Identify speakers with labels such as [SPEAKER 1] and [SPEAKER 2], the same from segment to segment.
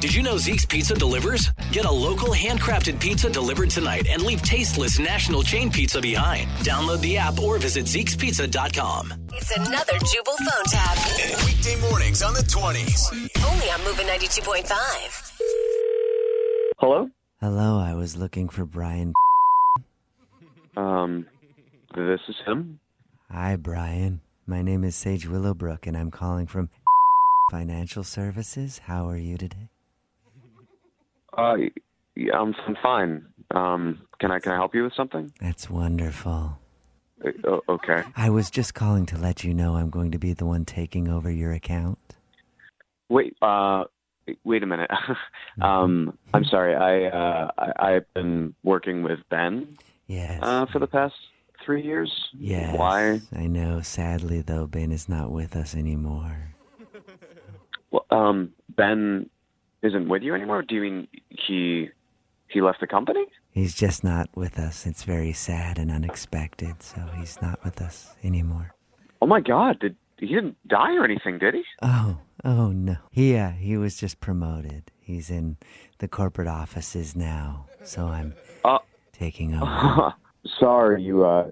[SPEAKER 1] Did you know Zeke's Pizza delivers? Get a local handcrafted pizza delivered tonight and leave tasteless national chain pizza behind. Download the app or visit Zeke'sPizza.com.
[SPEAKER 2] It's another Jubal phone tab.
[SPEAKER 3] Weekday mornings on the 20s.
[SPEAKER 2] Only on Moving 92.5.
[SPEAKER 4] Hello?
[SPEAKER 5] Hello, I was looking for Brian.
[SPEAKER 4] Um, this is him.
[SPEAKER 5] Hi, Brian. My name is Sage Willowbrook, and I'm calling from Financial Services. How are you today?
[SPEAKER 4] Uh, yeah, I'm, I'm fine. Um, can I can I help you with something?
[SPEAKER 5] That's wonderful.
[SPEAKER 4] Uh, o- okay.
[SPEAKER 5] I was just calling to let you know I'm going to be the one taking over your account.
[SPEAKER 4] Wait. Uh, wait a minute. um, I'm sorry. I uh, I, I've been working with Ben
[SPEAKER 5] Yes.
[SPEAKER 4] uh, for the past three years.
[SPEAKER 5] yes.
[SPEAKER 4] Why?
[SPEAKER 5] I know. Sadly, though, Ben is not with us anymore.
[SPEAKER 4] Well, um, Ben isn't with you anymore. Do you mean he he left the company?
[SPEAKER 5] He's just not with us. It's very sad and unexpected, so he's not with us anymore.
[SPEAKER 4] Oh my God! Did he didn't die or anything? Did he?
[SPEAKER 5] Oh, oh no. He uh, he was just promoted. He's in the corporate offices now, so I'm
[SPEAKER 4] Uh,
[SPEAKER 5] taking over.
[SPEAKER 4] Sorry, you uh,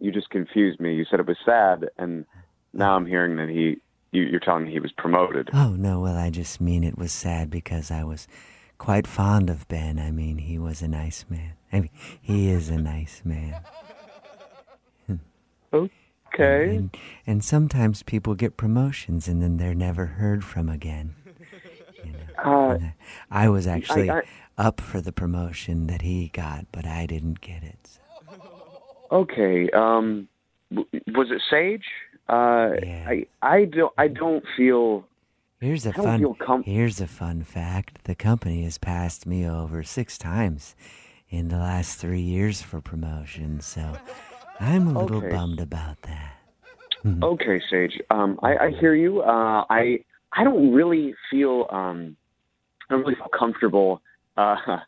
[SPEAKER 4] you just confused me. You said it was sad, and now I'm hearing that he you, you're telling me he was promoted.
[SPEAKER 5] Oh no, well I just mean it was sad because I was quite fond of Ben. I mean, he was a nice man. I mean, he is a nice man.
[SPEAKER 4] Okay.
[SPEAKER 5] And and sometimes people get promotions and then they're never heard from again.
[SPEAKER 4] Uh,
[SPEAKER 5] I was actually
[SPEAKER 4] I-
[SPEAKER 5] up for the promotion that he got, but I didn't get it. so-
[SPEAKER 4] okay. Um, w- was it Sage? Uh,
[SPEAKER 5] Yeah.
[SPEAKER 4] I I don't I don't feel.
[SPEAKER 5] Here's a
[SPEAKER 4] don't
[SPEAKER 5] fun.
[SPEAKER 4] feel com-
[SPEAKER 5] here's a fun fact. The company has passed me over six times in the last three years for promotion, so I'm a little
[SPEAKER 4] Okay.
[SPEAKER 5] bummed about that. Mm-hmm.
[SPEAKER 4] Okay, Sage. Um, I, I hear you. Uh, I I don't really feel um, I don't really feel comfortable uh,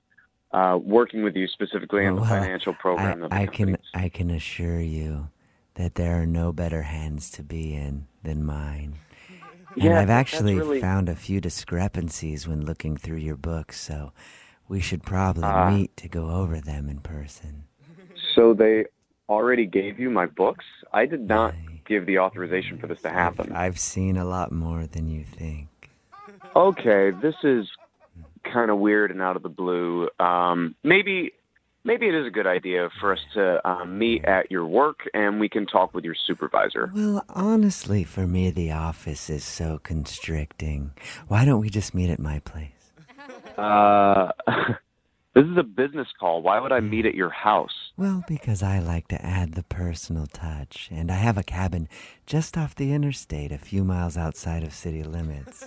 [SPEAKER 4] uh, working with you specifically on the
[SPEAKER 5] Well,
[SPEAKER 4] financial program.
[SPEAKER 5] I,
[SPEAKER 4] of the
[SPEAKER 5] I can
[SPEAKER 4] company.
[SPEAKER 5] I can assure you that there are no better hands to be in than mine. and
[SPEAKER 4] Yeah,
[SPEAKER 5] I've
[SPEAKER 4] that's
[SPEAKER 5] actually
[SPEAKER 4] really-
[SPEAKER 5] found a few discrepancies when looking through your book, so we should probably
[SPEAKER 4] Ah.
[SPEAKER 5] meet to go over them in person.
[SPEAKER 4] So they already gave you my books? I did not
[SPEAKER 5] I-
[SPEAKER 4] give the authorization for this to happen.
[SPEAKER 5] I've seen a lot more than you think.
[SPEAKER 4] Okay, this is kind of weird and out of the blue. Um, maybe maybe it is a good idea for us to uh, meet at your work and we can talk with your supervisor.
[SPEAKER 5] Well, honestly, for me, the office is so constricting. Why don't we just meet at my place?
[SPEAKER 4] Uh, this is a business call. Why would I meet at your house?
[SPEAKER 5] Well, because I like to add the personal touch, and I have a cabin just off the interstate, a few miles outside of city limits.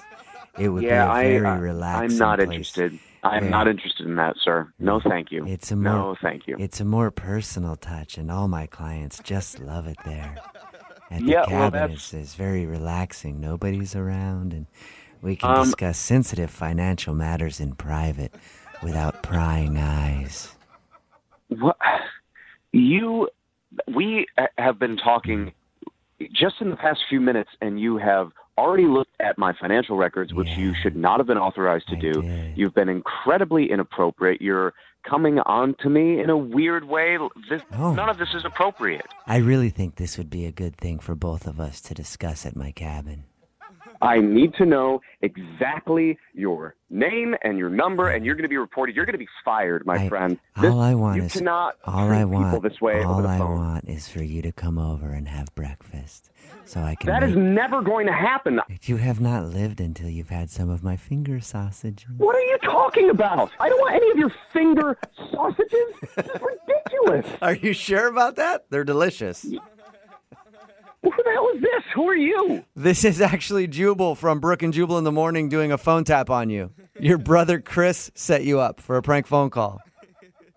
[SPEAKER 5] It would
[SPEAKER 4] yeah,
[SPEAKER 5] be a very
[SPEAKER 4] I, uh,
[SPEAKER 5] relaxing.
[SPEAKER 4] I'm not
[SPEAKER 5] place.
[SPEAKER 4] interested. I'm
[SPEAKER 5] Yeah.
[SPEAKER 4] not interested in that, sir. No, thank you.
[SPEAKER 5] It's a more,
[SPEAKER 4] no, thank you.
[SPEAKER 5] It's a more personal touch, and all my clients just love it there. At the
[SPEAKER 4] Yeah, well,
[SPEAKER 5] cabin,
[SPEAKER 4] that's-
[SPEAKER 5] it's, it's very relaxing. Nobody's around, and we can
[SPEAKER 4] Um,
[SPEAKER 5] discuss sensitive financial matters in private without prying eyes.
[SPEAKER 4] What you we uh, have been talking just in the past few minutes, and you have already looked at my financial records, which you
[SPEAKER 5] Yeah.
[SPEAKER 4] should not have been authorized to
[SPEAKER 5] I
[SPEAKER 4] do.
[SPEAKER 5] did.
[SPEAKER 4] You've been incredibly inappropriate. You're coming on to me in a weird way. This,
[SPEAKER 5] Oh.
[SPEAKER 4] None of this is appropriate.
[SPEAKER 5] I really think this would be a good thing for both of us to discuss at my cabin.
[SPEAKER 4] I need to know exactly your name and your number, and you're going to be reported. You're going to be fired, my
[SPEAKER 5] I-
[SPEAKER 4] friend. This-
[SPEAKER 5] all I want
[SPEAKER 4] you
[SPEAKER 5] is
[SPEAKER 4] cannot
[SPEAKER 5] all
[SPEAKER 4] treat
[SPEAKER 5] I
[SPEAKER 4] people
[SPEAKER 5] want.
[SPEAKER 4] this way over
[SPEAKER 5] all
[SPEAKER 4] the
[SPEAKER 5] I
[SPEAKER 4] phone.
[SPEAKER 5] want is for you to come over and have breakfast, so I can.
[SPEAKER 4] that
[SPEAKER 5] make
[SPEAKER 4] is never going to happen.
[SPEAKER 5] You have not lived until you've had some of my finger sausages.
[SPEAKER 4] What are you talking about? I don't want any of your finger sausages. This is ridiculous.
[SPEAKER 5] Are you sure about that? They're delicious.
[SPEAKER 4] Who the hell is this? Who are you?
[SPEAKER 5] This is actually Jubal from Brook and Jubal in the Morning doing a phone tap on you. Your brother Chris set you up for a prank phone call.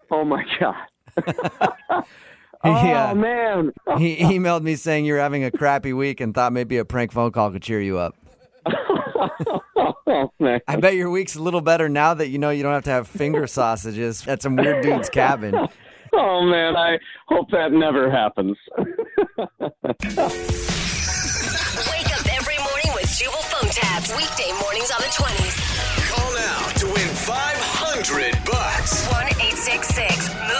[SPEAKER 4] Oh my god.
[SPEAKER 5] He,
[SPEAKER 4] Oh
[SPEAKER 5] uh,
[SPEAKER 4] man.
[SPEAKER 5] he emailed me saying you're having a crappy week and thought maybe a prank phone call could cheer you up.
[SPEAKER 4] Oh man.
[SPEAKER 5] I bet your week's a little better now that you know you don't have to have finger sausages at some weird dude's cabin.
[SPEAKER 4] Oh man. I hope that never happens.
[SPEAKER 2] Wake up every morning with Jubal phone tabs. Weekday mornings on the 20s.
[SPEAKER 3] Call now to hundred bucks.
[SPEAKER 2] 1 866